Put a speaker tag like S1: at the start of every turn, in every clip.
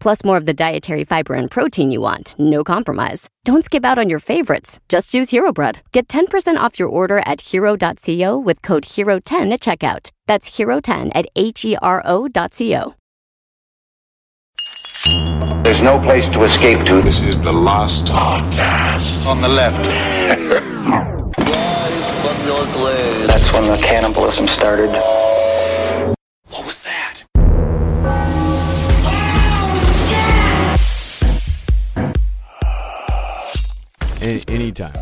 S1: Plus, more of the dietary fiber and protein you want, no compromise. Don't skip out on your favorites. Just use Hero Bread. Get 10% off your order at hero.co with code HERO10 at checkout. That's HERO10 at H E R O.co.
S2: There's no place to escape to.
S3: This is the last
S2: podcast. On the left. That's when the cannibalism started. What was that?
S4: Any, anytime.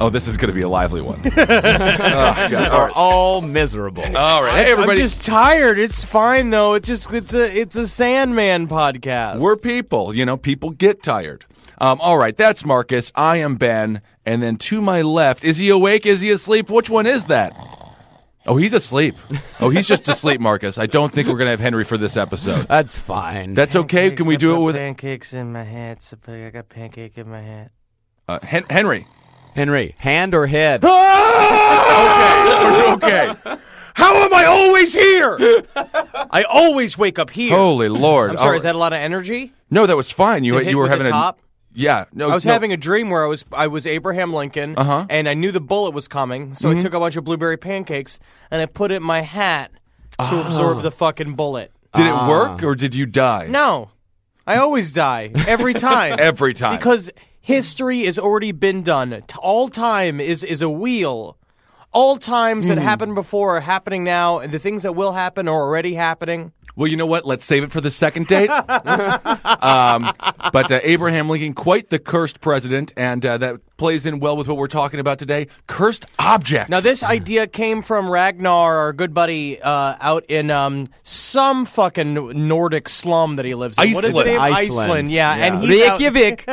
S5: Oh, this is going to be a lively one.
S4: oh, Are all miserable.
S5: All right, hey Uh, everybody.
S6: I'm just tired. It's fine though. It's just it's a it's a Sandman podcast.
S5: We're people, you know. People get tired. Um, all right, that's Marcus. I am Ben, and then to my left, is he awake? Is he asleep? Which one is that? Oh, he's asleep. Oh, he's just asleep, Marcus. I don't think we're going to have Henry for this episode.
S4: That's fine.
S5: That's okay. Can we
S6: Pancakes, I
S5: do it
S6: put
S5: with
S6: pancakes in my hat? So I got pancake in my hat.
S5: uh, Hen- Henry?
S4: Henry, hand or head?
S5: Ah! Okay.
S6: How am I always here? I always wake up here.
S5: Holy Lord!
S6: I'm sorry.
S5: All
S6: Is
S5: right.
S6: that a lot of energy?
S5: no, that was fine. You
S6: To hit
S5: you were
S6: with the
S5: having a
S6: top?
S5: yeah. No,
S6: I was
S5: no.
S6: having a dream where I was I was Abraham Lincoln,
S5: Uh-huh. Mm-hmm.
S6: and I knew the bullet was coming, so I took a bunch of blueberry pancakes and I put it in my hat to
S5: Ah.
S6: absorb the fucking bullet.
S5: Did it work or did you die?
S6: Ah. No, I always die every time.
S5: Every time.
S6: because history has already been done. T- All time is is a wheel. All times
S5: Hmm.
S6: that happened before are happening now, and the things that will happen are already happening.
S5: Well, you know what? Let's save it for the second date. um, but uh, Abraham Lincoln, quite the cursed president, and uh, that plays in well with what we're talking about today. Cursed objects.
S6: Now, this idea came from Ragnar, our good buddy, uh, out in um, some fucking Nordic slum that he lives in. What is his
S5: Iceland.
S6: name?
S4: Iceland.
S6: yeah. And he's out-
S4: Reykjavik.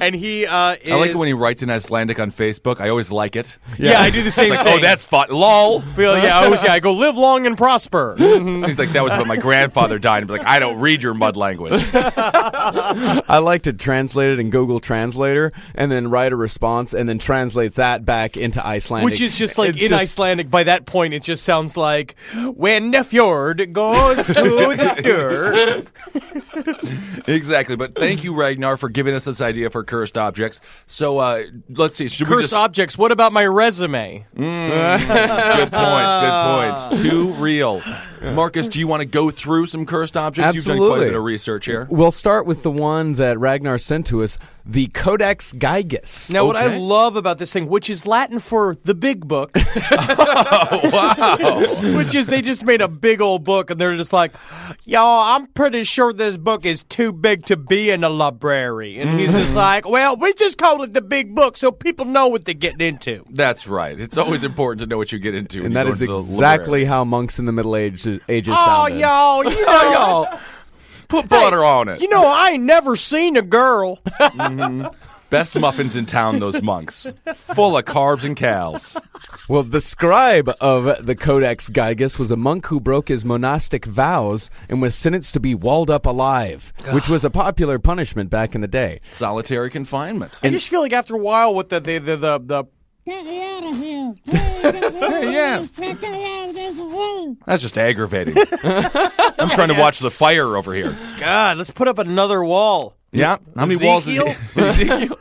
S6: and he uh, is.
S5: I like it when he writes in Icelandic on Facebook. I always like it.
S6: Yeah, I do the same
S5: like,
S6: thing.
S5: Oh, that's fun. Lol.
S6: Well, yeah, I always, yeah, I go live long and prosper.
S5: He's like, that was when my grandfather died. And be like, I don't read your mud language.
S4: I like to translate it in Google Translator and then write a response and then translate that back into Icelandic.
S6: Which is just like
S4: It's
S6: in Icelandic. By that point, it just sounds like when the fjord goes to the stir.
S5: exactly. But thank you, Ragnar, for giving us this idea for cursed objects. So uh, let's see. Should we
S6: Cursed
S5: just
S6: objects. What about my resume?
S5: Good point. Good point. Too real. Marcus, do you want to go through some cursed objects? You've done quite a
S4: Absolutely.
S5: bit of research here.
S4: We'll start with the one that Ragnar sent to us, the Codex Gygas.
S6: Now, what I love about this thing, which is Latin for the big book,
S5: Wow.
S6: which is they just made a big old book and they're just like, y'all, I'm pretty sure this book is too big to be in a library. And he's just like, well, we just call it the big book so people know what they're getting into.
S5: That's right. It's always important to know what you get into. when
S4: and
S5: you
S4: that
S5: go
S4: is
S5: into the
S4: exactly
S5: library.
S4: how monks in the Middle Ages, ages
S6: Oh,
S4: sounded.
S6: y'all, you know, y'all.
S5: Put butter on it.
S6: You know, I ain't never seen a girl.
S5: Best muffins in town, those monks. Full of carbs and cows.
S4: Well, the scribe of the Codex Gygas was a monk who broke his monastic vows and was sentenced to be walled up alive, which was a popular punishment back in the day.
S5: Solitary confinement.
S6: I just feel like after a while, with the the the the, the
S7: Get me out of here! Hey,
S5: yeah.
S7: Get me out of this room!
S5: That's just aggravating. I'm trying to watch the fire over here.
S6: God, let's put up another wall.
S5: Yeah. How many walls is
S6: Ezekiel?
S5: Ezekiel?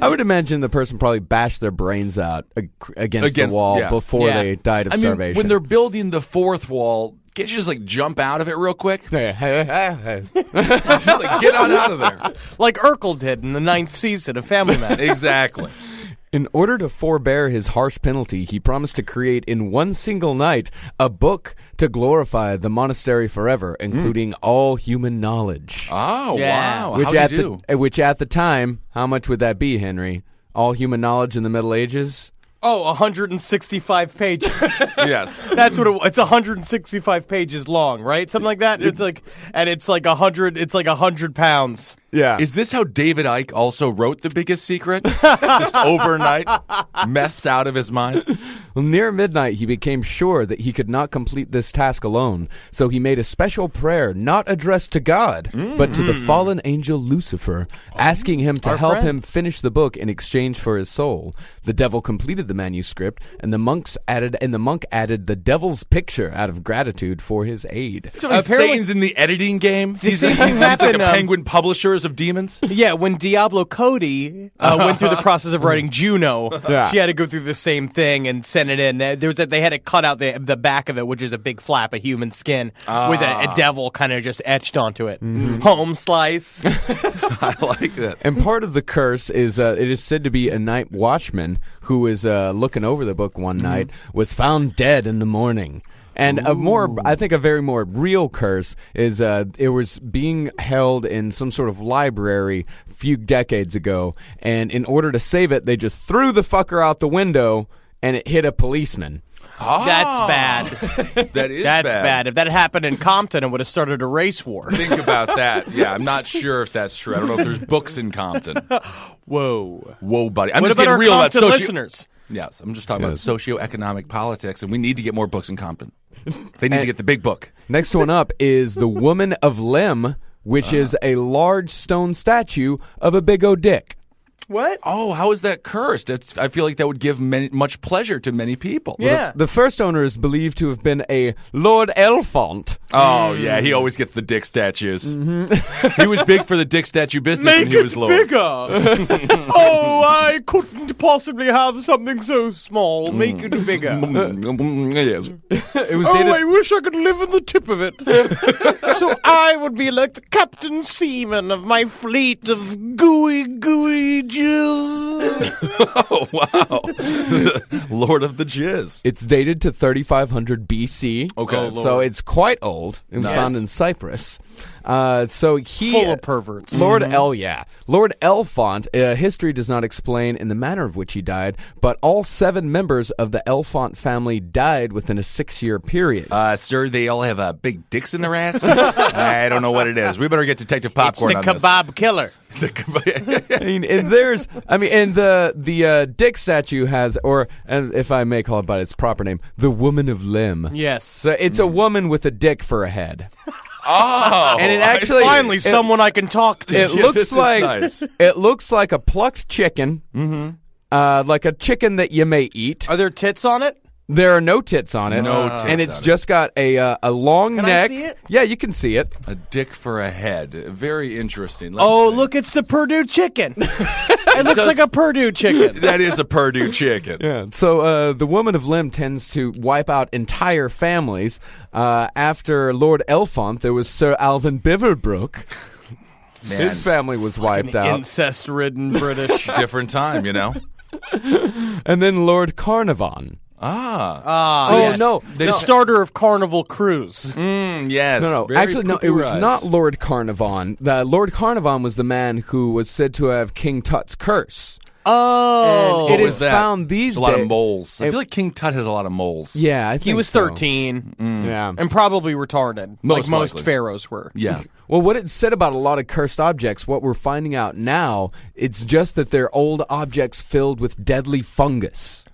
S4: I would imagine the person probably bashed their brains out ag- against,
S5: Against-
S4: the wall
S5: yeah.
S4: before
S6: Yeah.
S4: they died of
S5: I mean,
S4: starvation.
S5: when they're building the fourth wall, can't you just like jump out of it real quick? Just, like, get on out of there.
S6: Like Urkel did in the ninth season of Family Man.
S5: Exactly.
S4: in order to forbear his harsh penalty, he promised to create in one single night a book to glorify the monastery forever,
S5: Hmm.
S4: including all human knowledge.
S5: Oh
S6: Yeah.
S5: wow!
S4: which
S5: How'd
S4: at
S5: you do?
S4: the uh, which at the time, how much would that be, Henry? All human knowledge in the Middle Ages.
S6: Oh, 165 pages.
S5: yes,
S6: That's what it, it's 165 pages long, right? Something like that. It's like, and it's like 100. It's like 100 pounds.
S4: Yeah,
S5: is this how David Icke also wrote The Biggest Secret? Just overnight, messed out of his mind.
S4: Near midnight, he became sure that he could not complete this task alone, so he made a special prayer not addressed to God, but to the fallen angel Lucifer, asking him to
S5: Mm-hmm. Our
S4: help
S5: friend.
S4: him finish the book in exchange for his soul. The devil completed the manuscript, and the monks added and the monk added the devil's picture out of gratitude for his aid.
S6: Apparently-
S5: Satan's in the editing game. He's
S6: same thing
S5: like
S6: happened,
S5: the
S6: um,
S5: penguin publishers of demons.
S6: Yeah, when Diablo Cody uh, went through the process of writing Juno,
S4: Yeah.
S6: she had to go through the same thing and send it in. There was a, they had to cut out the the back of it, which is a big flap of human skin with
S5: Ah.
S6: a, a devil kind of just etched onto it.
S5: Mm-hmm.
S6: Home slice.
S5: I like that.
S4: And part of the curse is uh, it is said to be a night watchman who was uh, looking over the book one night was found dead in the morning. And a more, I think, a very more real curse is uh, it was being held in some sort of library a few decades ago, and in order to save it, they just threw the fucker out the window, and it hit a policeman.
S5: Ah.
S6: That's bad.
S5: That is
S6: That's bad. If that happened in Compton, it would have started a race war.
S5: Think about that. Yeah, I'm not sure if that's true. I don't know if there's books in Compton.
S6: Whoa.
S5: Whoa, buddy. I'm
S6: what
S5: just
S6: about our
S5: getting real about
S6: Compton
S5: socio-
S6: listeners?
S5: Yes, I'm just talking about socioeconomic politics, and we need to get more books in Compton. They need to get the big book.
S4: Next one up is the Woman of Lim, which is a large stone statue of a big O dick.
S6: What?
S5: Oh, how is that cursed? It's, I feel like that would give many, much pleasure to many people.
S6: Yeah.
S4: The first owner is believed to have been a Lord Elfont.
S5: Oh yeah,
S6: Mm.
S5: he always gets the dick statues. he was big for the dick statue business when he was low.
S6: Mm-hmm. bigger. oh, I couldn't possibly have something so small. Make it bigger.
S5: yes.
S4: It was dated.
S6: wish Oh, I could live in the tip of it. so I would be like the captain seaman of my fleet of gooey, gooey jizz.
S5: Oh wow, Lord of the Jizz.
S4: it's dated to 3500 BC.
S5: Okay. Oh,
S4: Uh, so
S5: Lord.
S4: it's quite old and
S5: Nice.
S4: found in Cyprus. Uh, so he
S6: Full of perverts.
S4: Lord El, yeah, Lord Elfont. Uh, history does not explain in the manner of which he died, but all seven members of the Elfont family died within a six-year period.
S5: Uh, sir, they all have uh, big dicks in their ass. I don't know what it is. We better get Detective
S6: It's the
S5: Popcorn on
S6: kebab killer.
S5: this. The kebab.
S4: I mean, and there's, I mean, and the the uh, dick statue has, or and if I may call it by its proper name, the Woman of Limb.
S6: Yes.
S4: So it's
S5: Hmm.
S4: a woman with a dick for a head.
S5: oh,
S4: And it
S5: I
S4: actually-
S5: see.
S6: Finally,
S4: it-
S6: someone I can talk to.
S4: It
S5: Yeah, this
S4: looks
S5: is
S4: like
S5: nice.
S4: it looks like a plucked chicken. Mm-hmm. Uh, like a chicken that you may eat.
S6: Are there tits on it?
S4: There are no tits on it.
S5: No tits
S4: And it's
S5: on it.
S4: just got a uh, a long
S6: Can I
S4: neck.
S6: see it?
S4: Yeah, you can see it.
S5: a dick for a head. Very interesting. Let's
S6: Oh,
S5: see.
S6: look, it's the Purdue chicken. it looks
S5: Does-
S6: like a Purdue chicken.
S5: that is a Purdue chicken.
S4: So uh, the woman of Lim tends to wipe out entire families. Uh, after Lord Elfont, there was Sir Alvin Beaverbrook.
S5: Man,
S4: His family was wiped out.
S6: Incest ridden British.
S5: different time, you know.
S4: and then Lord Carnarvon.
S5: Ah,
S4: oh, no.
S6: The starter of Carnival Cruise.
S5: Mm, yes.
S4: No, no.
S5: Very
S4: Actually, no. It was
S5: popularized.
S4: not Lord Carnarvon. The Lord Carnarvon was the man who was said to have King Tut's curse.
S6: Oh.
S4: And it
S5: What
S4: is
S5: was that?
S4: found these
S5: a lot of
S4: days-
S5: moles. I
S4: it-
S5: feel like King Tut had a lot of moles.
S4: Yeah, I
S6: he
S4: think
S6: was
S4: so. Mm.
S6: 13
S4: Yeah.
S6: and probably retarded, like
S5: Most
S6: most
S5: likely.
S6: pharaohs were.
S5: yeah.
S4: Well, what it said about a lot of cursed objects, what we're finding out now, it's just that they're old objects filled with deadly fungus.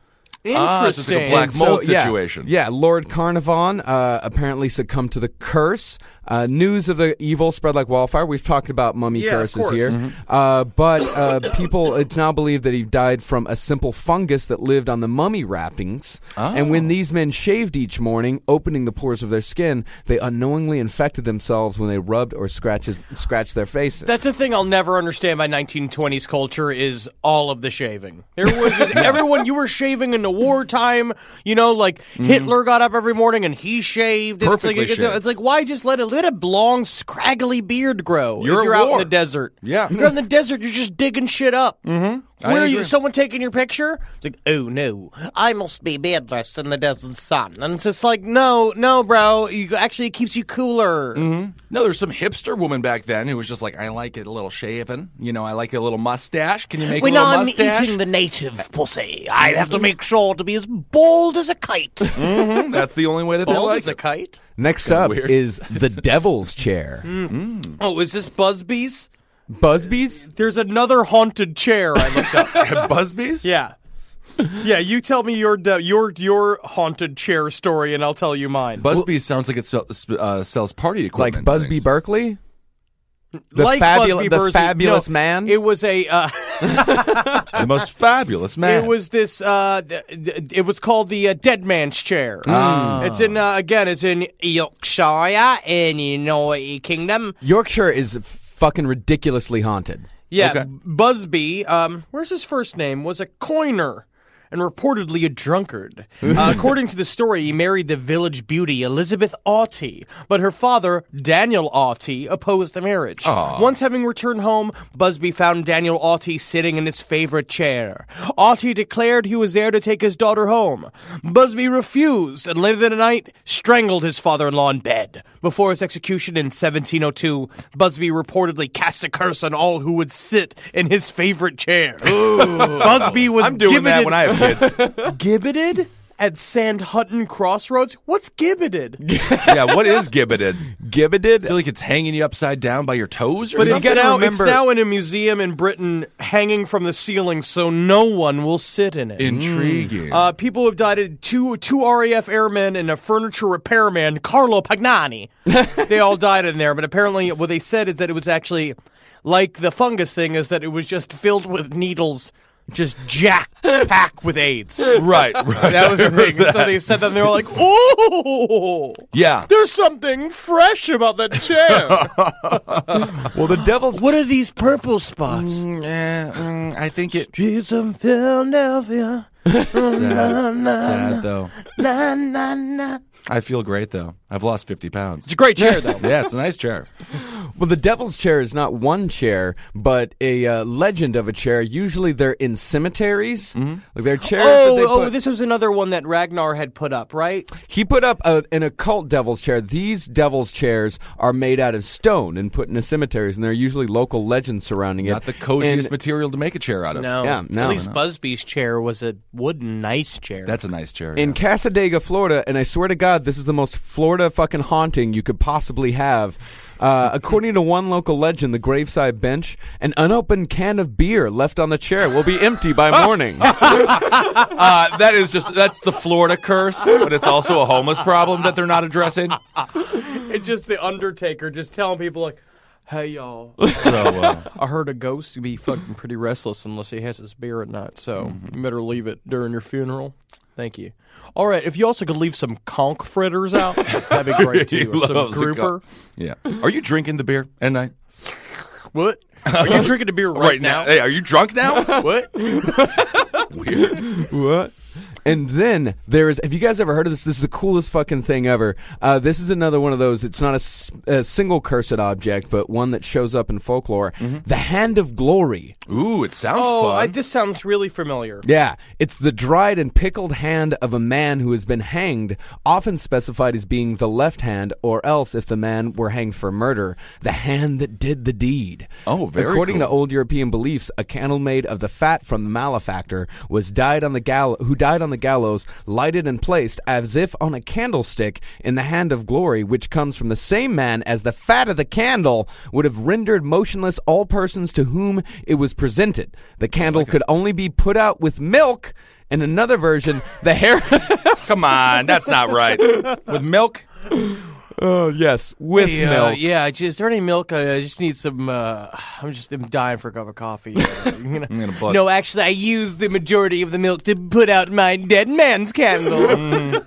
S6: Interesting.
S5: Ah, it's just like a black
S4: And
S5: mold
S4: yeah,
S5: situation.
S4: Yeah, Lord Carnarvon uh, apparently succumbed to the curse. Uh, news of the evil spread like wildfire. We've talked about mummy
S6: Yeah, of
S4: curses
S6: course.
S4: here,
S5: Mm-hmm.
S4: uh, but uh, people it's now believed that he died from a simple fungus that lived on the mummy wrappings. And
S5: Oh.
S4: when these men shaved each morning, opening the pores of their skin, they unknowingly infected themselves when they rubbed or scratches scratched their faces.
S6: That's the thing I'll never understand by 1920s culture is all of the shaving. There was just, everyone you were shaving in the wartime. You know, like Hitler got up every morning and he shaved. and
S5: Mhm. Perfectly
S6: it's, like,
S5: shaved.
S6: It's, like why just let a let a long scraggly beard grow?
S5: You're
S6: if
S5: at
S6: you're out
S5: war.
S6: in the desert.
S5: Yeah.
S6: you're in the desert. You're just digging shit up. Mm-hmm.
S5: I
S6: Where are you?
S5: agree.
S6: Someone taking your picture? It's like, oh no, I must be beardless in the desert sun. And it's just like, no, no, bro. You actually it keeps you cooler.
S5: Mm-hmm. No, there's some hipster woman back then who was just like, I like it a little shaven. You know, I like a little mustache. Can you make
S6: When
S5: a little
S6: I'm
S5: mustache?
S6: eating the native pussy, I have to make sure to be as bald as a kite.
S5: Mm, That's the only way that they like it.
S6: kite?
S4: Next up
S5: weird. Hmm.
S4: is the Devil's Chair,
S6: Oh, is this Busby's?
S4: Busby's.
S6: There's another haunted chair I looked up.
S5: Busby's?
S6: yeah. Yeah, you tell me your de- your your haunted chair story, and I'll tell you mine.
S5: Busby sounds like it sell, uh, sells party equipment.
S4: like Busby
S5: things.
S4: Berkeley. The
S6: like
S4: fabula-
S6: Busby
S4: the
S6: Berkeley-
S4: fabulous
S6: no,
S4: man?
S6: It was a. Uh,
S5: the most fabulous man.
S6: It was this. Uh, th- th- it was called the uh, Dead Man's Chair.
S4: Mm.
S6: It's in uh, again. It's in Yorkshire in United Kingdom.
S4: Yorkshire is fucking ridiculously haunted.
S6: Yeah,
S5: Okay.
S6: Busby. Um, where's his first name? Was a coiner. And reportedly a drunkard. Uh, according to the story, he married the village beauty Elizabeth Aughty, but her father, Daniel Aughty, opposed the marriage. Once having returned home, Busby found Daniel Aughty sitting in his favorite chair. Aughty declared he was there to take his daughter home. Busby refused, and later that night, strangled his father-in-law in bed. Before his execution in 1702, Busby reportedly cast a curse on all who would sit in his favorite chair. Busby was
S5: I'm doing that
S6: gibbeted-
S5: when I have kids.
S6: gibbeted at Sandhutton Crossroads. What's gibbeted?
S5: yeah, what is gibbeted? I
S4: Gibbeted.
S5: feel like it's hanging you upside down by your toes or
S6: But it's
S5: something.
S4: gotta
S6: now, it's
S4: remember-
S6: now in a museum in Britain, hanging from the ceiling, so no one will sit in it.
S5: Mm. Intriguing.
S6: Uh, people have died in two two RAF airmen and a furniture repairman, Carlo Pagnani. they all died in there, but apparently what they said is that it was actually like the fungus thing is that it was just filled with needles, just jack packed with AIDS.
S5: right, right.
S6: That was the thing. And So they said that and they were like, "Oh,
S5: Yeah.
S6: there's something fresh about that chair.
S4: Well, the devil's
S6: what are these purple spots?"
S5: Yeah, mm, I think it.
S6: Streets of Philadelphia,
S5: Sad, sad though.
S6: na na na.
S5: I feel great though. I've lost 50 pounds.
S6: It's a great chair, though.
S5: Yeah, it's a nice chair.
S4: well, the devil's chair is not one chair, but a uh, legend of a chair. Usually, they're in cemeteries. Like they're chairs. that they
S6: Oh, oh,
S4: put-
S6: this was another one that Ragnar had put up, right?
S4: He put up a, an occult devil's chair. These devil's chairs are made out of stone and put into cemeteries, and there are usually local legends surrounding it.
S5: Not the coziest
S4: And-
S5: material to make a chair out of.
S4: Yeah, no,
S6: At least
S4: no.
S6: Busby's chair was a wooden, nice chair.
S5: That's a nice chair.
S4: in
S5: yeah.
S4: Casadega, Florida, and I swear to God, this is the most Florida fucking haunting you could possibly have. Uh, according to one local legend, the graveside bench, an unopened can of beer left on the chair will be empty by morning.
S5: Uh, that is just that's the Florida curse, but it's also a homeless problem that they're not addressing.
S6: it's just the Undertaker just telling people like, "Hey y'all,
S5: So uh,
S6: I heard a ghost be fucking pretty restless unless he has his beer at night, so you better leave it during your funeral." Thank you. All right, if you also could leave some conch fritters out, that'd be great
S5: he
S6: too. Or some
S5: loves a
S6: grouper.
S5: cup. Yeah. Are you drinking the beer at night?
S6: What? Are you drinking a beer right, now?
S5: Hey, are you drunk now?
S6: What?
S5: Weird.
S4: What? And then there is. Have you guys ever heard of this? This is the coolest fucking thing ever. Uh, this is another one of those. It's not a, s- a single cursed object, but one that shows up in folklore. The hand of glory.
S5: Ooh, it sounds
S6: Oh,
S5: fun.
S6: I, this sounds really familiar.
S4: Yeah, it's the dried and pickled hand of a man who has been hanged, often specified as being the left hand, or else if the man were hanged for murder, the hand that did the deed.
S5: Oh, very
S4: According to
S5: cool.
S4: old European beliefs, a candle made of the fat from the malefactor was died on the gall- who died on the gallows, lighted and placed as if on a candlestick in the hand of glory, which comes from the same man as the fat of the candle would have rendered motionless all persons to whom it was presented. The candle could only be put out with milk. In another version, the hair.
S5: Come on, that's not right. With milk? uh,
S4: oh yes, with
S6: Yeah, uh, yeah. just- Is there any milk? I I just need some. Uh, I'm just I'm dying for a cup of coffee. Uh, you know.
S5: gonna buzz.
S6: No, actually, I used the majority of the milk to put out my dead man's candle.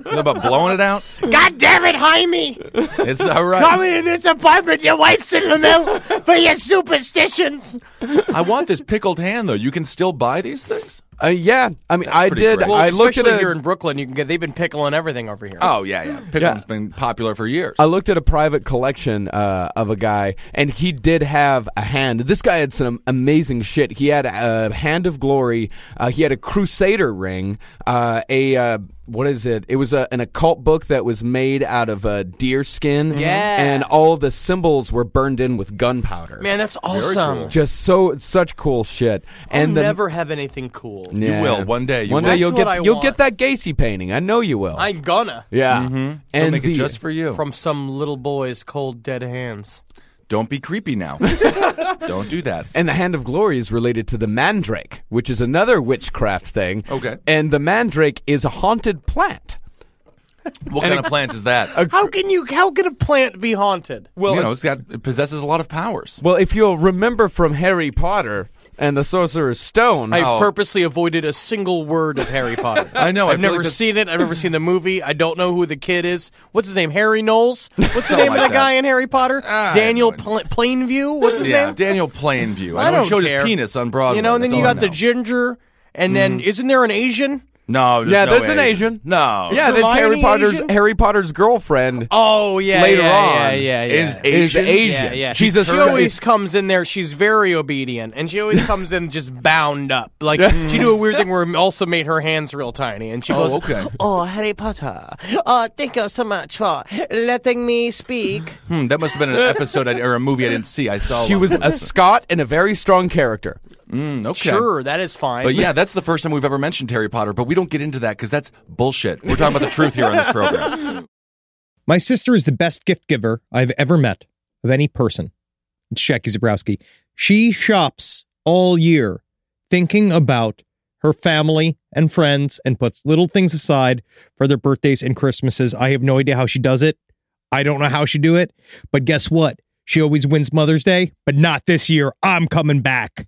S5: What about blowing it out?
S6: God damn it, Jaime!
S5: It's all right.
S6: Coming in this apartment, your wife's in the milk for your superstitions.
S5: I want this pickled hand though. You can still buy these things?
S4: Uh, yeah, I mean, I
S5: pretty
S4: did.
S5: great.
S6: Well,
S4: I looked at
S6: especially
S4: a,
S6: here in Brooklyn, you can get. They've been pickling everything over here.
S5: Oh yeah, yeah. Pickled's
S4: Yeah.
S5: been popular for years.
S4: I looked at a private collection uh, of a guy, and he did have a hand. This guy had some amazing shit. He had a hand of glory. Uh, he had a crusader ring. Uh, a uh, what is it? It was a, an occult book that was made out of uh, deer skin.
S6: Yeah.
S4: and all the symbols were burned in with gunpowder.
S6: man, that's awesome.
S5: cool.
S4: just so such cool shit.
S6: I'll
S4: And the-
S6: never have anything cool.
S4: Yeah.
S5: will. One day you
S4: one
S5: will.
S4: day you'll
S6: That's
S4: get
S6: what I
S4: you'll
S6: want.
S4: get that Gacy painting. I know you will.
S6: I'm gonna
S4: yeah, and
S5: Make it
S4: the-
S5: just for you.
S6: from some little boy's cold dead hands.
S5: Don't be creepy now. Don't do that.
S4: And the Hand of Glory is related to the mandrake, which is another witchcraft thing.
S5: Okay.
S4: And the mandrake is a haunted plant.
S5: What kind of plant is that?
S6: How can you? How can a plant be haunted?
S5: you know, it's got it possesses a lot of powers.
S4: Well, if you'll remember from Harry Potter and the Sorcerer's Stone, uh,
S6: I
S5: Oh.
S6: purposely avoided a single word of Harry Potter.
S5: I know, I
S6: I've
S5: feel
S6: never
S5: like this-
S6: seen it. I've never seen the movie. I don't know who the kid is. What's his name? Harry Knowles. What's the
S5: Something
S6: name
S5: like
S6: of the
S5: that. Ah,
S6: guy in Harry Potter?
S5: I have
S6: Daniel
S5: no
S6: Pl- Plainview. What's his
S5: yeah,
S6: name?
S5: Daniel Plainview. I,
S6: I
S5: know he
S6: don't
S5: showed
S6: care.
S5: his penis on Broadway.
S6: you know, and then
S5: that's
S6: you
S5: all I
S6: got the
S5: know. Mm-hmm.
S6: ginger, and then isn't there an Asian?
S5: no. There's
S4: yeah,
S5: no
S4: there's an
S5: Asian.
S4: Asian.
S5: No.
S4: yeah, that's
S6: Hermione
S4: Harry Potter's
S6: Asian?
S4: Harry Potter's girlfriend.
S6: Oh yeah,
S4: Later
S6: yeah,
S4: on
S6: yeah, yeah, yeah.
S5: is
S4: Is
S5: Asian?
S4: Asian.
S6: Yeah, yeah.
S4: She's a
S6: she always comes in there. She's very obedient, and she always comes in just bound up. Like she do a weird thing where it also made her hands real tiny, and she
S5: Oh,
S6: goes,
S5: okay.
S6: "Oh, Harry Potter, oh, thank you so much for letting me speak."
S5: Hmm, that must have been an episode I, or a movie I didn't see. I
S6: Oh,
S5: saw.
S4: she
S5: one.
S4: was a Scot and a very strong character.
S5: Hmm, okay.
S6: Sure, that is fine.
S5: But yeah, that's the first time we've ever mentioned Harry Potter, but we don't get into that because that's bullshit. We're talking about the truth here on this program.
S3: My sister is the best gift giver I've ever met of any person. It's Jackie Zabrowski. She shops all year thinking about her family and friends and puts little things aside for their birthdays and Christmases. I have no idea how she does it. I don't know how she do it, but guess what? She always wins Mother's Day, but not this year. I'm coming back.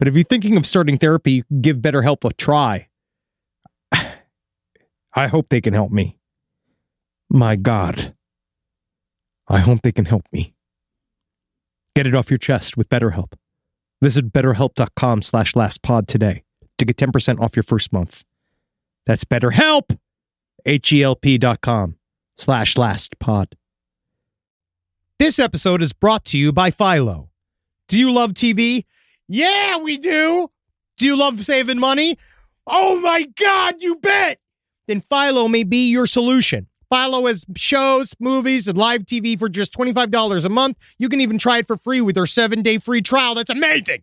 S3: but if you're thinking of starting therapy, give BetterHelp a try. I hope they can help me. My God. I hope they can help me. Get it off your chest with BetterHelp. Visit betterhelp.com slash lastpod today to get 10% off your first month. That's BetterHelp! H-E-L-P dot com slash lastpod. This episode is brought to you by Philo. Do you love TV? Yeah, we do! Do you love saving money? Oh my God, you bet! Then Philo may be your solution. Philo has shows, movies, and live TV for just $25 a month. You can even try it for free with their seven day free trial. That's amazing!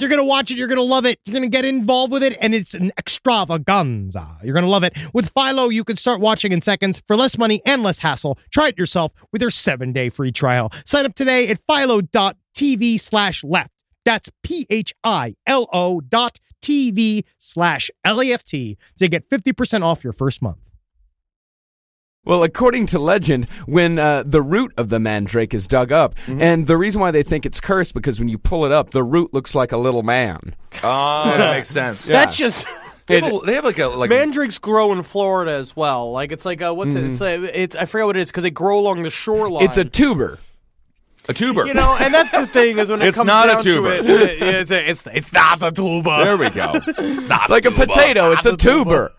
S3: You're going to watch it. You're going to love it. You're going to get involved with it. And it's an extravaganza. You're going to love it. With Philo, you can start watching in seconds for less money and less hassle. Try it yourself with their seven day free trial. Sign up today at philo.tv slash left. That's P H I L O dot TV slash L A F T to get 50% off your first month.
S4: Well, according to legend, when uh, the root of the mandrake is dug up,
S6: Mm-hmm.
S4: and the reason why they think it's cursed because when you pull it up, the root looks like a little man.
S5: Oh, that makes sense.
S6: That's just.
S5: They have, a, they have like a like
S6: Mandrakes grow in Florida as well. Like it's like a what's it? It's
S5: Mm-hmm.
S6: a, it's I forget what it is because they grow along the shoreline.
S4: It's a tuber.
S5: a tuber.
S6: you know, and that's the thing is when it
S5: It's
S6: comes
S5: not a
S6: down
S5: tuber.
S6: to it, yeah, it's a, it's it's not a tuba.
S5: there we go.
S4: It's like a potato. It's a tuber.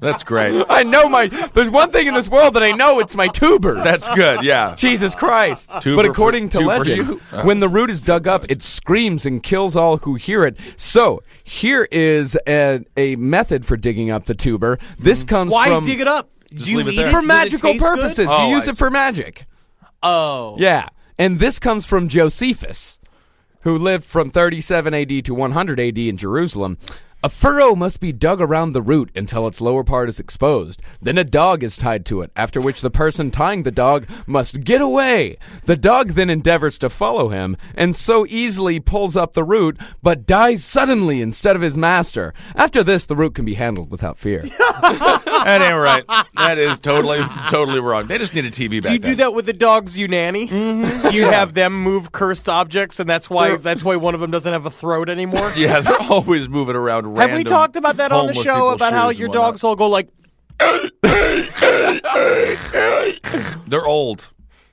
S5: That's great.
S4: I know my. There's one thing in this world that I know. It's my tuber.
S5: That's good. Yeah.
S4: Jesus Christ.
S5: Tuber
S4: but
S5: for-
S4: according to
S5: tuber
S4: legend,
S5: you. Oh.
S4: when the root is dug up, it screams and kills all who hear it. So here is a, a method for digging up the tuber. This comes
S6: Why
S4: from
S6: dig it up?
S5: Just
S6: Do you
S5: leave it
S6: eat
S5: there.
S6: it?
S4: for
S6: Does it
S4: magical
S6: taste good?
S4: purposes.
S5: Oh,
S4: you
S5: I
S4: use it
S5: see.
S4: for magic.
S6: Oh,
S4: Yeah. And this comes from Josephus, who lived from 37 AD to 100 AD in Jerusalem. A furrow must be dug around the root until its lower part is exposed. Then a dog is tied to it, after which the person tying the dog must get away. The dog then endeavors to follow him, and so easily pulls up the root, but dies suddenly instead of his master. After this, the root can be handled without fear.
S5: That ain't right. That is totally totally wrong. They just need a TV back.
S6: Do you do
S5: then.
S6: that with the dogs you nanny?
S5: Mm.
S6: You have them move cursed objects, and that's why that's why one of them doesn't have a throat anymore.
S5: Yeah, they're always moving around.
S6: Have we talked about that on the show about how your dogs all go like?
S5: They're old.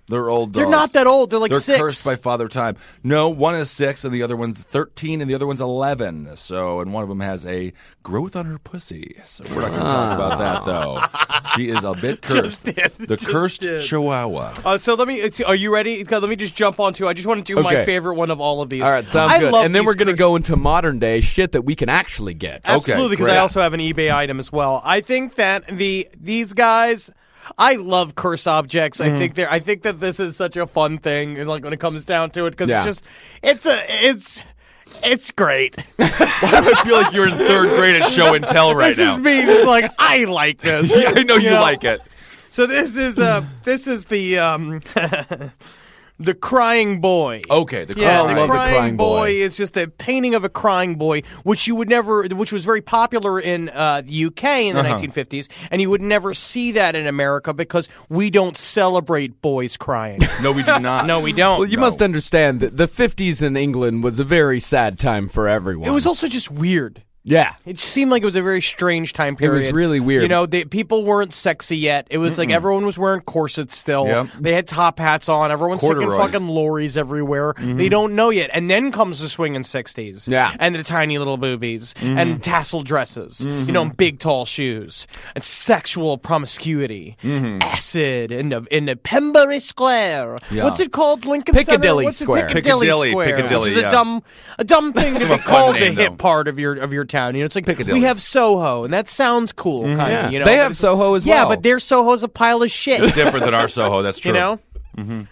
S5: They're old.
S6: They're
S5: dogs.
S6: not that old. They're like
S5: They're
S6: six.
S5: cursed by Father Time. No, one is six, and the other one's thirteen, and the other one's eleven. So, and one of them has a growth on her pussy. So we're not going to talk about that
S6: Ah.
S5: though. She is a bit cursed. the cursed Chihuahua.
S6: Uh, so let me. It's, are you ready? Okay, Let me just jump onto. I just want to do my
S4: Okay.
S6: favorite one of all of these.
S4: All right, sounds
S6: I
S4: good.
S6: Love
S4: and then
S6: these
S4: we're going to
S6: cursed-
S4: go into modern day shit that we can actually get.
S6: absolutely because I
S5: great.
S6: also have an eBay item as well. I think that the these guys. I love curse objects.
S5: Mm.
S6: I think they're. I think that this is such a fun thing, and like when it comes down to it, because
S4: Yeah.
S6: it's just, it's a, it's, it's great.
S5: Why do I feel like you're in third grade at show and tell right
S6: this
S5: now?
S6: is me. Just like I like this.
S5: Yeah, I know you
S6: know?
S5: like it.
S6: So this is uh, this is the um, the crying boy.
S5: Okay, the
S6: Yeah,
S5: crying
S6: the
S4: I love
S5: boy.
S4: the
S6: crying,
S4: crying
S6: boy.
S4: boy.
S6: is just a painting of a crying boy, which you would never, which was very popular in uh, the UK in the 1950s, and you would never see that in America because we don't celebrate boys crying.
S5: No, we do not.
S6: no, we don't.
S4: Well, you must understand that the 50s in England was a very sad time for everyone.
S6: it was also just weird.
S4: yeah.
S6: It just seemed like it was a very strange time
S4: was
S6: period.
S4: really weird.
S6: You know, they, people weren't sexy yet. It was like everyone was wearing corsets still.
S5: Yep.
S6: They had top hats on. Everyone's taking
S5: Corduroy.
S6: fucking lorries everywhere. They don't know yet. And then comes the swinging 60s.
S4: Mm-hmm. Yeah. Mm-hmm.
S6: And the tiny little boobies and tassel dresses, you know, and big tall shoes and sexual promiscuity,
S4: Mm-hmm.
S6: acid in the, in the Pembury Square. What's it called? Lincoln Center?
S4: Piccadilly
S6: What's it-
S4: Square.
S6: Piccadilly,
S5: Piccadilly,
S6: Square.
S5: Piccadilly,
S6: which is a
S5: yeah.
S6: dumb, a dumb thing to be
S5: fun
S6: called the
S5: name,
S6: hip
S5: though.
S6: part of your of your town. You know, it's like
S5: Piccadilly.
S6: we have Soho, and that sounds cool, kind of.
S4: Yeah.
S6: You know,
S4: They
S6: but
S4: have
S6: it's-
S4: Soho as
S6: Yeah,
S4: well.
S6: but their Soho's a pile of shit.
S5: different than our Soho. That's true.
S6: you know,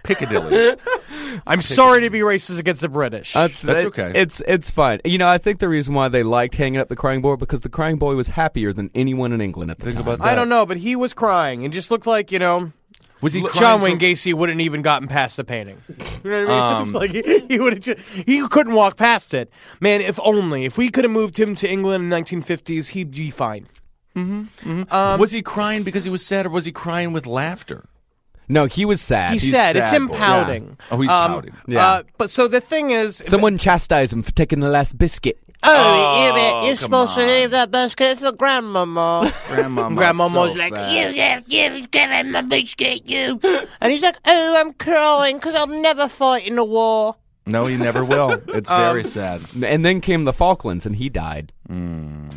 S5: Piccadilly.
S6: I'm sorry to be racist against the British.
S4: Uh,
S5: That's
S4: it-
S5: okay.
S4: It's it's fine. You know, I think the reason why they liked hanging up the crying boy because the crying boy was happier than anyone in England at the
S5: Think
S4: time.
S5: about that.
S6: I don't know, but he was crying and just looked like you know.
S5: Was he crying
S6: John
S5: for-
S6: Wayne Gacy wouldn't even gotten past the painting. Um, You know what I mean? It's like he, he would have. He couldn't walk past it. Man, if only if we could have moved him to England in the 1950s, he'd be fine.
S5: was he crying because he was sad, or was he crying with laughter?
S4: No, he was sad.
S6: He
S5: He's
S6: said it's
S5: sad
S6: him
S5: boy.
S6: pouting.
S5: Yeah. Oh, he's
S6: Um,
S5: pouting.
S6: Uh, but so the thing is,
S4: Someone chastised him for taking the last biscuit.
S6: Oh, yeah, you're
S5: come
S6: supposed
S5: on.
S6: to leave that biscuit for grandmama.
S5: Grandmama's
S6: grandmama's
S5: so
S6: like,
S5: fat.
S6: you, you, you, give him the biscuit, you. and he's like, oh, I'm crying because I'll never fight in a war.
S5: No, he never will. It's very sad.
S4: And then came the Falklands, and he died.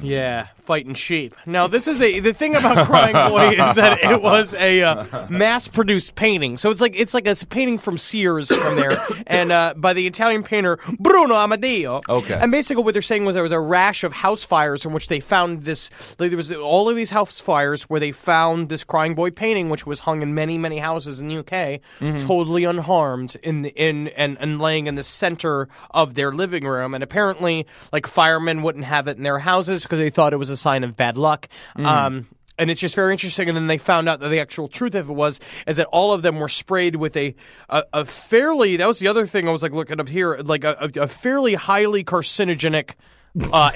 S6: Yeah, fighting sheep. Now, this is a the thing about Crying Boy is that it was a uh, mass-produced painting. So it's like it's like a s- painting from Sears from there, and uh, by the Italian painter Bruno Amadeo.
S5: Okay.
S6: And basically, what they're saying was there was a rash of house fires in which they found this. Like, there was all of these house fires where they found this Crying Boy painting, which was hung in many many houses in the UK, totally unharmed in the, in and and laying in the center of their living room. And apparently, like firemen wouldn't have it in their houses because they thought it was a sign of bad luck. Um, and it's just very interesting. And then they found out that the actual truth of it was is that all of them were sprayed with a a, a fairly that was the other thing I was like looking up here like a, a, a fairly highly carcinogenic. Uh,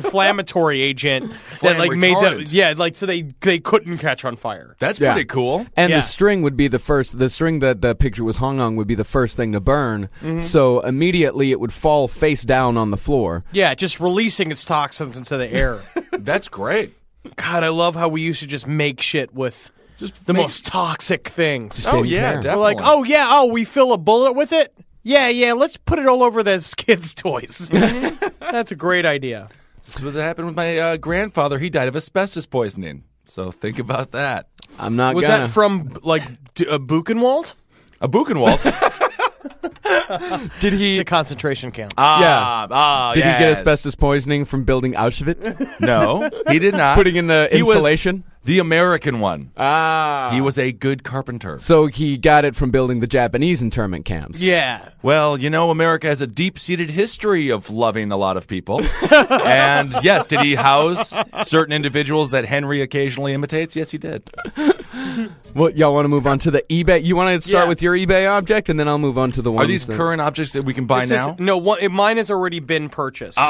S6: anti-inflammatory agent that like made them
S5: retardant.
S6: yeah like so they they couldn't catch on fire
S5: That's
S4: Yeah.
S5: pretty cool.
S4: And
S6: Yeah.
S4: the string would be the first. The string that the picture was hung on would be the first thing to burn.
S6: Mm-hmm.
S4: So immediately it would fall face down on the floor.
S6: yeah just releasing its toxins into the air
S5: That's great.
S6: God, I love how we used to just make shit with just the most toxic things.
S5: Oh
S4: Didn't
S5: yeah,
S4: care.
S5: definitely.
S6: We're like, oh yeah, oh we fill a bullet with it. Yeah, yeah, let's put it all over this kid's toys.
S5: Mm-hmm.
S6: That's a great idea.
S5: that's what happened with my uh, grandfather. He died of asbestos poisoning. So think about that.
S4: I'm not
S6: Was
S4: gonna.
S6: that from like D- uh, Buchenwald?
S5: A Buchenwald.
S4: did
S6: It's
S4: he?
S6: a concentration camp.
S5: ah, ah,
S4: Did he get
S5: yes.
S4: asbestos poisoning from building Auschwitz?
S5: No, he did not.
S4: Putting in the
S5: He was
S4: insulation.
S5: the American one.
S4: Ah.
S5: he was a good carpenter.
S4: So he got it from building the Japanese internment camps.
S6: yeah.
S5: Well, you know, America has a deep seated history of loving a lot of people. and yes, did he house certain individuals that Henry occasionally imitates? Yes, he did.
S4: What y'all want to move on to the eBay? You want to start
S6: Yeah.
S4: with your eBay object, and then I'll move on to the one.
S5: Are these current objects that we can buy
S6: This is-
S5: now?
S6: no, one, it, mine has already been purchased.
S5: Oh.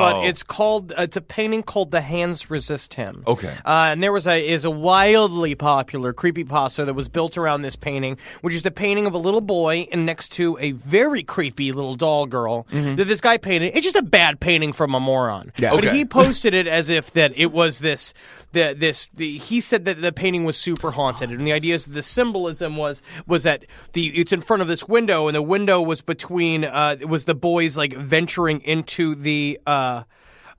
S6: But it's called. It's a painting called "The Hands Resist Him."
S5: Okay.
S6: Uh, and there was a is a wildly popular creepypasta that was built around this painting, which is the painting of a little boy and next to a very creepy little doll girl
S5: Mm-hmm.
S6: that this guy painted. It's just a bad painting from a moron. Yeah. But
S5: Okay.
S6: he posted it as if that it was this that this the, he said that the painting was super haunted, and the idea is that the symbolism was was that the it's in front of this window, and the window was between uh, it was the boys like venturing into the uh,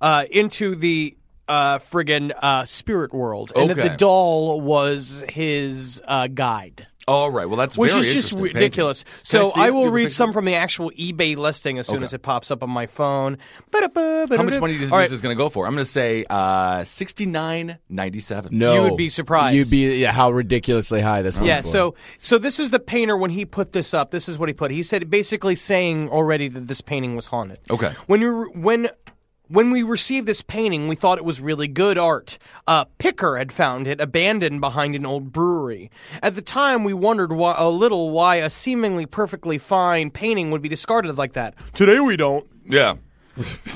S6: uh, into the. Uh, friggin' uh, spirit world, and that
S5: Okay.
S6: the doll was his uh, guide
S5: All right. Well, that's
S6: which
S5: very
S6: is just
S5: interesting painting.
S6: ridiculous.
S5: Can
S6: So
S5: see
S6: I,
S5: it? Do
S6: will
S5: the
S6: read
S5: picture?
S6: some from the actual eBay listing as soon
S5: Okay.
S6: as it pops up on my phone.
S5: How much money do you think
S6: All right.
S5: this is going to go for? I'm going to say uh, sixty nine ninety seven.
S4: No,
S6: You would be surprised.
S4: You'd be yeah, how ridiculously high this one.
S6: Yeah,
S4: was.
S6: so so this is the painter when he put this up. This is what he put. He said basically saying already that this painting was haunted.
S5: Okay.
S6: When you re- when when we received this painting, we thought it was really good art. Uh, Picker had found it abandoned behind an old brewery. At the time, we wondered why, a little why a seemingly perfectly fine painting would be discarded like that. Today we don't.
S5: Yeah.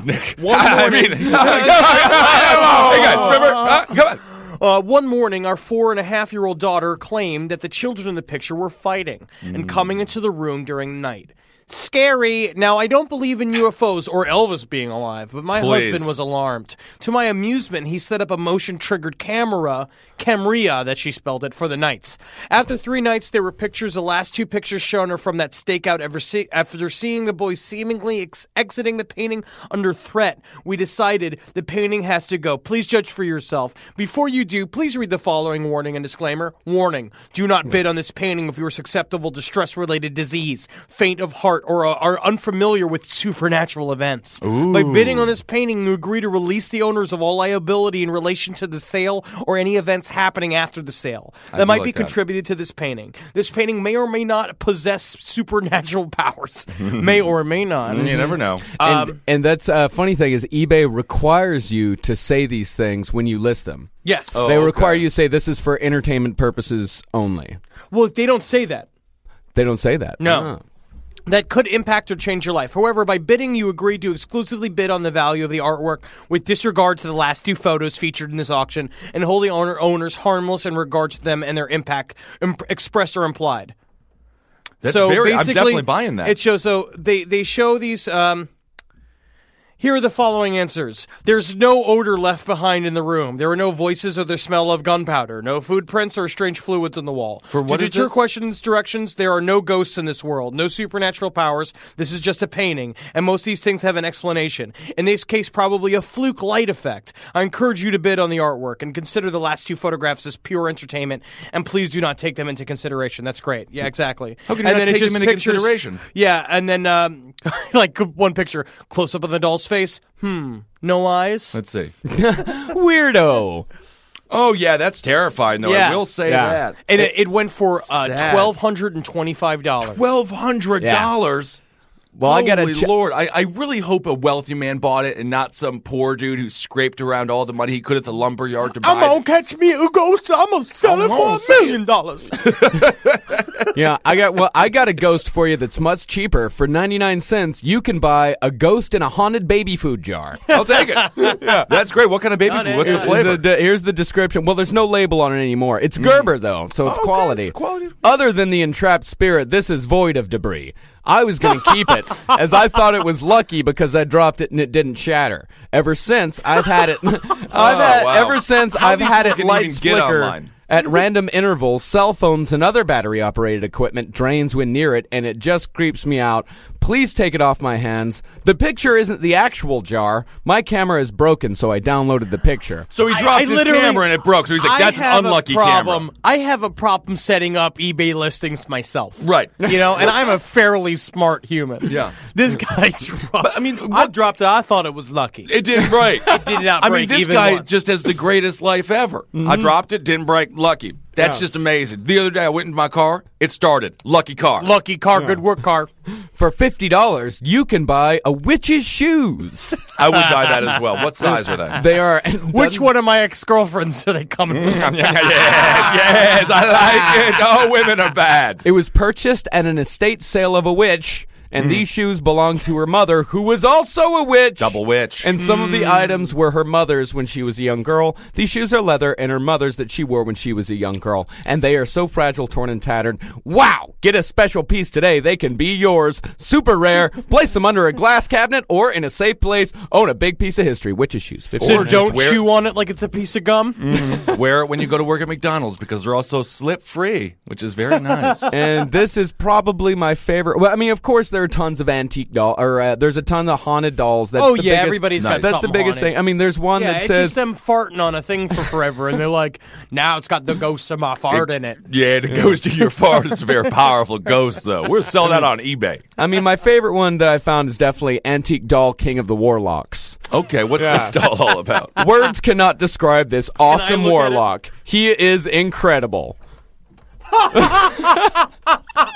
S5: Nick.
S6: One
S5: I mean,
S6: morning-
S5: hey guys, remember? Uh, come on.
S6: Uh, one morning, our four and a half year old daughter claimed that the children in the picture were fighting and coming into the room during the night. Scary. Now, I don't believe in UFOs or Elvis being alive, but my
S5: Please.
S6: husband was alarmed. To my amusement, he set up a motion triggered camera, Camria, that she spelled it, for the nights. After three nights, there were pictures. The last two pictures shown are from that stakeout ever see- after seeing the boy seemingly ex- exiting the painting under threat. We decided the painting has to go. Please judge for yourself. Before you do, please read the following warning and disclaimer. Warning. Do not bid on this painting if you are susceptible to stress related disease, faint of heart art or uh, are unfamiliar with supernatural events. By bidding on this painting, you agree to release the owners of all liability in relation to the sale or any events happening after the sale that
S5: do
S6: might
S5: like
S6: be
S5: that.
S6: contributed to this painting. This painting may or may not possess supernatural powers. may or may not.
S5: You never know.
S4: And, and that's a funny thing is eBay requires you to say these things when you list them.
S6: Yes.
S4: they
S5: okay.
S4: require you to say this is for entertainment purposes only.
S6: Well, they don't say that.
S4: They don't say that.
S6: No.
S4: Ah.
S6: that could impact or change your life. However, by bidding, you agreed to exclusively bid on the value of the artwork with disregard to the last two photos featured in this auction and hold the owner owners harmless in regards to them and their impact, imp- expressed or implied.
S5: That's
S6: so
S5: very- I'm
S6: basically,
S5: definitely buying that.
S6: It shows so they they show these. Um, here are the following answers. There's no odor left behind in the room. There are no voices or the smell of gunpowder. No food prints or strange fluids on the wall. For
S5: what
S6: to
S5: is
S6: deter
S5: this?
S6: questions directions, there are no ghosts in this world. No supernatural powers. This is just a painting, and most of these things have an explanation. In this case, probably a fluke light effect. I encourage you to bid on the artwork and consider the last two photographs as pure entertainment, and please do not take them into consideration. That's great. Yeah, exactly.
S5: How can you
S6: and
S5: not
S6: then it
S5: take
S6: just
S5: them into
S6: pictures-
S5: consideration?
S6: Yeah, and then um, like one picture, close up of the doll's face. Hmm, no eyes.
S5: Let's see.
S4: Weirdo.
S5: Oh yeah, that's terrifying though.
S6: Yeah.
S5: I will say
S4: Yeah.
S5: that.
S6: and it, it went for uh,
S5: Sad.
S6: twelve hundred and twenty-five dollars.
S5: Twelve hundred dollars.
S4: Well, I gotta
S5: Holy
S4: che-
S5: Lord, I, I really hope a wealthy man bought it and not some poor dude who scraped around all the money he could at the lumber yard to buy
S6: I'm gonna
S5: it.
S6: catch me a ghost. I'm gonna sell it
S5: I'm
S6: for
S5: gonna
S6: a
S5: say
S6: million dollars.
S4: yeah, I got well, I got a ghost for you that's much cheaper. For 99 cents, you can buy a ghost in a haunted baby food jar.
S5: I'll take it. That's great. What kind of baby food? What's the
S4: Here's
S5: flavor? Mm.
S4: the- here's the description. Well, there's no label on it anymore. It's Gerber though, so it's
S5: Oh, Okay,
S4: quality.
S5: it's quality.
S4: Other than the entrapped spirit, this is void of debris. I was going to keep it as I thought it was lucky because I dropped it and it didn't shatter. Ever since I've had it, I've had
S5: Oh, wow.
S4: ever since
S5: How
S4: I've
S5: these
S4: had it
S5: people can
S4: lights
S5: even get
S4: flicker.
S5: online?
S4: At random intervals, cell phones and other battery operated equipment drains when near it, and it just creeps me out. Please take it off my hands. The picture isn't the actual jar. My camera is broken, so I downloaded the picture.
S5: so he
S6: I-
S5: dropped
S6: I
S5: his
S6: literally-
S5: camera and it broke. So he's
S6: I
S5: like, "That's
S6: have
S5: an unlucky
S6: a problem.
S5: camera."
S6: I have a problem setting up eBay listings myself.
S5: Right.
S6: You know, and I'm a fairly smart human.
S5: Yeah.
S6: This guy dropped.
S5: I mean,
S6: I
S5: what-
S6: dropped it. I thought it was lucky.
S5: It did right. it
S6: did not
S5: I mean,
S6: break
S5: this
S6: even
S5: guy
S6: once. Mm-hmm.
S5: just has the greatest life ever. I dropped it, didn't break. Lucky. That's just amazing. The other day, I went into my car. It started. Lucky car.
S6: lucky car, good work car.
S4: For fifty dollars, you can buy a witch's shoes.
S5: I would buy that as well. What size are they?
S4: They are
S6: Which one of my ex girlfriends are they coming
S4: Mm,
S6: from?
S5: yes, yes, I like it. Oh, women are bad.
S4: It was purchased at an estate sale of a witch, and these shoes belonged to her mother, who was also a witch.
S5: Double witch.
S4: And some of the items were her mother's when she was a young girl. These shoes are leather and her mother's that she wore when she was a young girl. And they are so fragile, torn, and tattered. Wow! Get a special piece today. They can be yours. Super rare. Place them under a glass cabinet or in a safe place. Own a big piece of history. Witch's shoes.
S6: So
S5: Or
S4: $50.
S5: just
S6: don't
S5: wear-
S6: chew on it like it's a piece of gum.
S4: Mm.
S5: Wear it when you go to work at McDonald's because they're also slip free, which is very nice.
S4: and this is probably my favorite. Well, I mean, of course, there are tons of antique doll, or uh, there's a ton of haunted dolls. That's
S6: Oh,
S4: the
S6: yeah,
S4: biggest,
S6: everybody's got
S4: That's the
S6: something
S4: biggest
S6: haunted.
S4: thing. I mean, there's one
S6: Yeah,
S4: that
S6: it's
S4: says
S6: just them farting on a thing for forever, and they're like, now it's got the ghost of my fart in it.
S5: yeah, the ghost of your fart is a very powerful ghost, though. We'll sell that on eBay.
S4: I mean, my favorite one that I found is definitely Antique Doll King of the Warlocks.
S5: Okay, what's this doll all about?
S4: Words cannot describe this awesome
S6: look at it?
S4: warlock. He is incredible.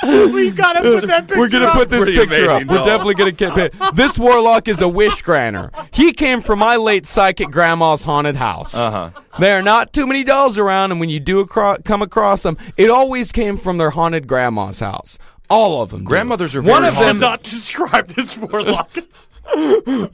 S6: We've got to put that picture
S4: We're gonna
S6: up.
S4: put this
S5: pretty
S4: picture up.
S5: amazing
S4: We're
S5: doll.
S4: definitely gonna get it. This warlock is a wish granter. He came from my late psychic grandma's haunted house. Uh-huh. There are not too many dolls around, and when you do acro- come across them, it always came from their haunted grandma's house. All of them. do.
S5: Grandmothers are
S4: one
S5: very
S4: of them.
S5: haunted.
S6: not describe this warlock.
S4: no,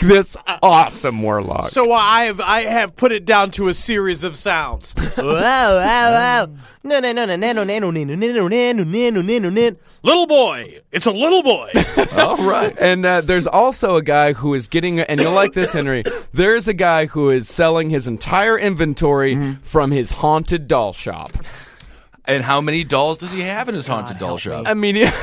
S4: this awesome warlock.
S6: So I have I have put it down to a series of sounds. wow, wow, wow. No, no, no, no, no, no, no, no, no, no, no, no, no, no, Little boy, it's a little boy.
S5: All right.
S4: And uh, there's also a guy who is getting, and you'll like this, Henry. There's a guy who is selling his entire inventory
S5: Mm-hmm.
S4: from his haunted doll shop.
S5: And how many dolls does he have in his haunted doll shop?
S4: I mean,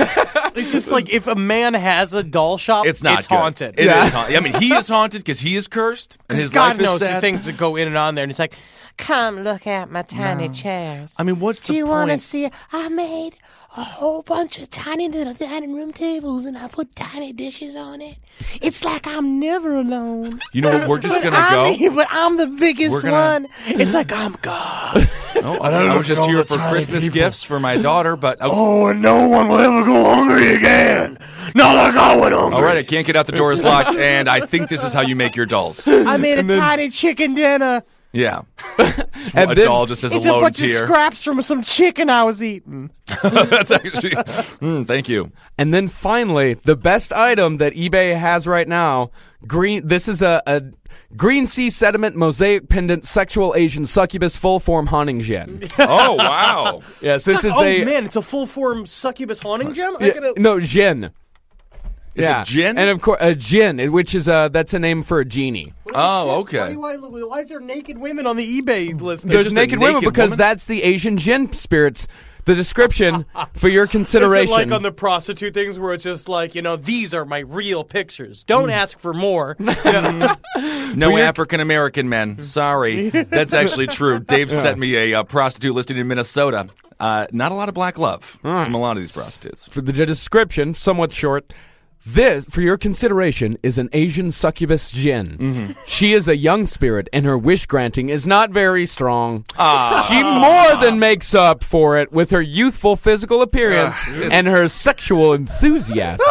S6: It's just like if a man has a doll shop,
S5: It's not.
S6: It's
S5: good.
S6: haunted.
S5: It is haunted. I mean, he is haunted because he is cursed. and
S6: Because
S5: His
S6: God
S5: life is
S6: knows the
S5: sad.
S6: things that go in and on there. And it's like, come look at my tiny chairs.
S5: I mean, what's
S6: Do
S5: the
S6: you want to
S5: point?
S6: see? I made a whole bunch of tiny little dining room tables, and I put tiny dishes on it. It's like I'm never alone.
S5: you know what? We're just gonna
S6: I'm
S5: go.
S6: the, but I'm the biggest
S5: We're
S6: one.
S5: gonna-
S6: It's like I'm God.
S5: No, I, I was just here for Christmas gifts for my daughter, but
S6: oh, and no one will ever go hungry again. Not like I went hungry.
S5: all right, I can't get out. The door is locked, and I think this is how you make your dolls.
S6: I made a tiny chicken dinner.
S5: Yeah,
S4: And
S5: a
S4: then-
S5: doll just as
S6: It's a
S5: a lone
S6: bunch
S5: tear.
S6: of scraps from some chicken I was eating.
S5: That's actually. Mm, thank you.
S4: And then finally, the best item that eBay has right now, green. This is a, a green sea sediment mosaic pendant sexual Asian succubus full form haunting gem.
S5: Oh wow.
S4: Yes, this is
S6: Suck- oh
S4: a
S6: man, it's a full form succubus haunting gem. I
S4: yeah,
S6: gotta-
S4: no gin.
S5: It's a gin?
S4: and of course a gin, which is uh that's a name for a genie.
S5: Oh okay.
S6: Why, why, why is there naked women on the eBay list?
S4: There's
S5: just a
S4: naked, women
S5: naked
S4: because
S5: woman?
S4: that's the Asian gin spirits. The description for your
S6: Is it
S4: consideration.
S6: like on the prostitute things where it's just like you know these are my real pictures. Don't
S5: Hmm.
S6: ask for more. You know?
S5: No African American men. Sorry, that's actually true. Dave sent me a uh, prostitute listing in Minnesota. Uh, not a lot of black love
S6: Hmm.
S5: from a lot of these prostitutes.
S4: for the description, somewhat short. This, for your consideration, is an Asian succubus Jin.
S6: Mm-hmm.
S4: She is a young spirit, and her wish granting is not very strong.
S6: Ah.
S4: She more than makes up for it with her youthful physical appearance
S6: Ah,
S4: and her sexual enthusiasm.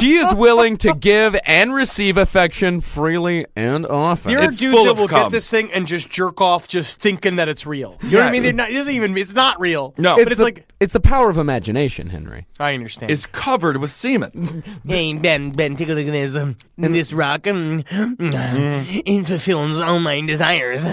S4: she is willing to give and receive affection freely and often.
S6: There are
S5: It's
S6: dudes
S5: full
S6: that
S5: of
S6: will
S5: cum.
S6: get this thing and just jerk off, just thinking that it's real. You know what I mean? They're Not, it doesn't even. It's not real.
S5: No.
S6: but
S5: It's
S6: it's,
S4: the,
S6: like
S4: it's the power of imagination, Henry.
S6: I understand.
S5: It's covered with semen.
S6: Hey, Ben, Ben, take a look at this, um,
S5: Hmm.
S6: this rock. Um, it fulfills all my desires.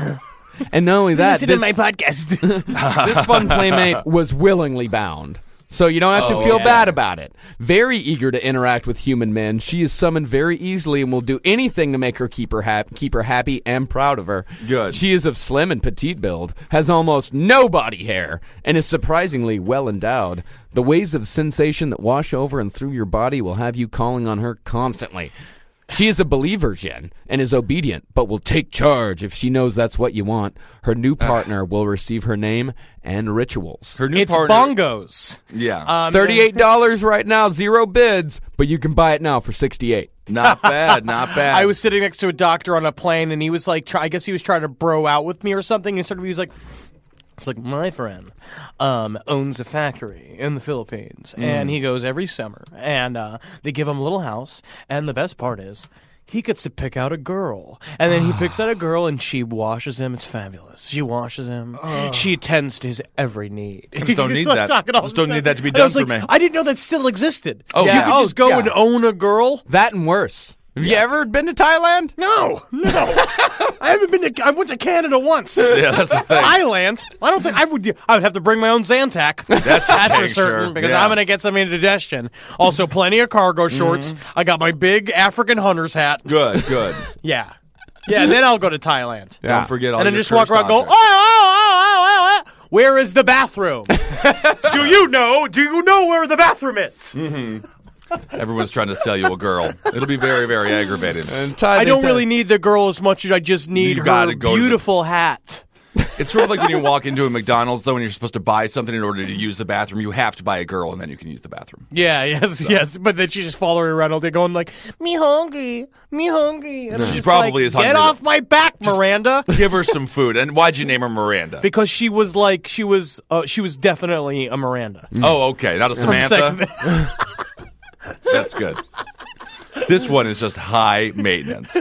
S4: And not only that, this,
S6: podcast.
S4: this fun playmate was willingly bound. So you don't have to feel bad about it. Very eager to interact with human men, she is summoned very easily and will do anything to make her keep her, hap- keep her happy and proud of her.
S5: Good.
S4: She is of slim and petite build, has almost no body hair, and is surprisingly well endowed. The waves of sensation that wash over and through your body will have you calling on her constantly. She is a believer, Jen, and is obedient, but will take charge if she knows that's what you want. Her new partner will receive her name and rituals.
S5: Her new
S6: it's Uh,
S5: partner.
S6: bongos.
S5: Yeah,
S4: Thirty-eight dollars right now, zero bids, but you can buy it now for sixty-eight.
S5: not bad, not bad.
S6: I was sitting next to a doctor on a plane, and he was like, try, I guess he was trying to bro out with me or something. And sort of, he was like, it's like my friend um, owns a factory in the Philippines,
S5: Hmm.
S6: and he goes every summer, and uh, they give him a little house. And the best part is. He gets to pick out a girl, and then he picks out a girl, and she washes him. It's fabulous. She washes him. She attends to his every need. I
S5: just don't need that. I just don't need that to be done for me.
S6: I didn't know that still existed.
S5: Oh,
S6: you
S5: yeah.
S6: could
S5: Oh,
S6: just go
S4: yeah.
S6: and own a girl.
S4: That and worse. Have you ever been to Thailand?
S6: No, no. I haven't been to. I went to Canada once.
S5: yeah, that's the thing.
S6: Thailand. I don't think I would. I would have to bring my own Zantac. That's,
S5: thing,
S6: for certain
S5: sure.
S6: because
S5: Yeah. Mm-hmm.
S6: I'm going to get some indigestion. Also, plenty of cargo shorts. I got my big African hunter's hat.
S5: Good, good.
S6: Yeah, yeah. and then I'll go to Thailand.
S5: Don't forget all
S6: and then
S5: your
S6: just walk
S5: cursed
S6: around, and go, oh, oh,
S5: objects.
S6: oh, oh, oh, oh. Where is the bathroom? do you know? Do you know where the bathroom is?
S5: Mm. Everyone's trying to sell you a girl. It'll be very, very aggravating.
S6: I don't really need the girl as much as I just need
S5: You
S6: her
S5: gotta go to the-
S6: beautiful hat.
S5: It's sort of like when you walk into a McDonald's, though, and you're supposed to buy something in order to use the bathroom. You have to buy a girl, and then you can use the bathroom.
S6: Yeah, yes, yes. But then she's just following around all day going like, me hungry, me hungry. And I'm just
S5: probably
S6: like,
S5: is hungry,
S6: Get
S5: but-
S6: off my back, Miranda.
S5: Give her some food. And why'd you name her Miranda?
S6: Because she was like, she was, uh, she was definitely a Miranda.
S5: oh, okay. Not a
S6: Sex
S5: Samantha.
S6: and-
S5: That's good. This one is just high maintenance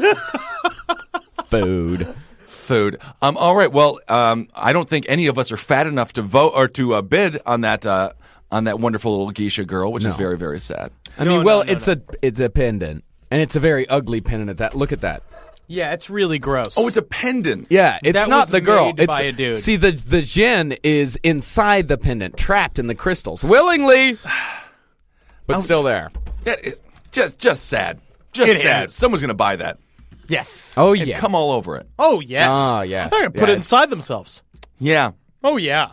S4: food.
S5: food. Um, all right. Well, um, I don't think any of us are fat enough to vote or to uh, bid on that uh, on that wonderful little geisha girl, which is very, very sad.
S4: I mean, well, it's a it's a pendant, and it's a very ugly pendant. At that, look at that.
S6: yeah, it's really gross.
S5: Oh, it's a pendant.
S4: Yeah, it's
S6: That
S4: not
S6: was
S4: the girl.
S6: made
S4: it's
S6: by a dude.
S4: See, the the gin is inside the pendant, trapped in the crystals, willingly,
S5: Oh,
S4: but still there.
S5: That is just just sad. Just
S6: It
S5: sad.
S6: is.
S5: Someone's gonna buy that.
S6: yes.
S4: Oh yeah,
S5: Come all over it.
S6: Oh, yes.
S4: Ah, yes,
S6: They're going to put
S4: yes.
S6: it inside themselves.
S5: Yeah.
S6: Oh, yeah.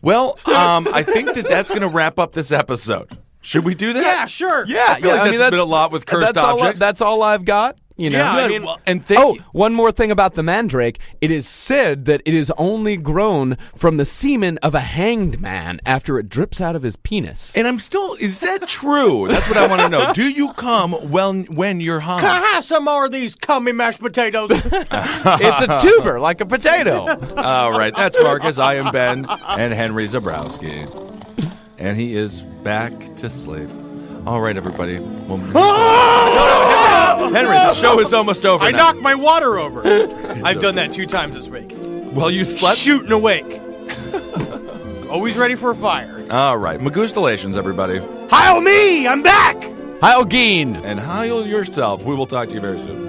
S5: Well, um, I think that that's going to wrap up this episode. Should we do that?
S6: Yeah, sure.
S4: Yeah,
S5: I feel
S4: yeah,
S5: like
S4: I
S5: that's
S4: mean,
S5: been a lot with cursed
S4: that's all I-
S5: objects.
S4: that's all I've got. You know.
S5: Yeah, I
S4: Good.
S5: mean, well, and thank
S4: oh,
S5: you.
S4: one more thing about the mandrake. It is said that it is only grown from the semen of a hanged man after it drips out of his penis.
S5: And I'm still. Is that true? That's what I want to know. Do you come well when you're
S6: Can
S5: high?
S6: I have some more of these cummy mashed potatoes?
S4: it's a tuber, like a potato.
S5: All right, that's Marcus. I am Ben, and Henry Zabrowski, and he is back to sleep. All right, everybody. Well, No, no, Henry, Henry, the show is almost over.
S6: I
S5: now.
S6: knocked my water over. I've done that two times this week.
S5: Well, you slept.
S6: Shooting awake. Always ready for a fire.
S5: All right, magustalations, everybody,
S6: Hail Oh, me! I'm back!
S4: Heil Geen.
S5: and heil yourself. We will talk to you very soon.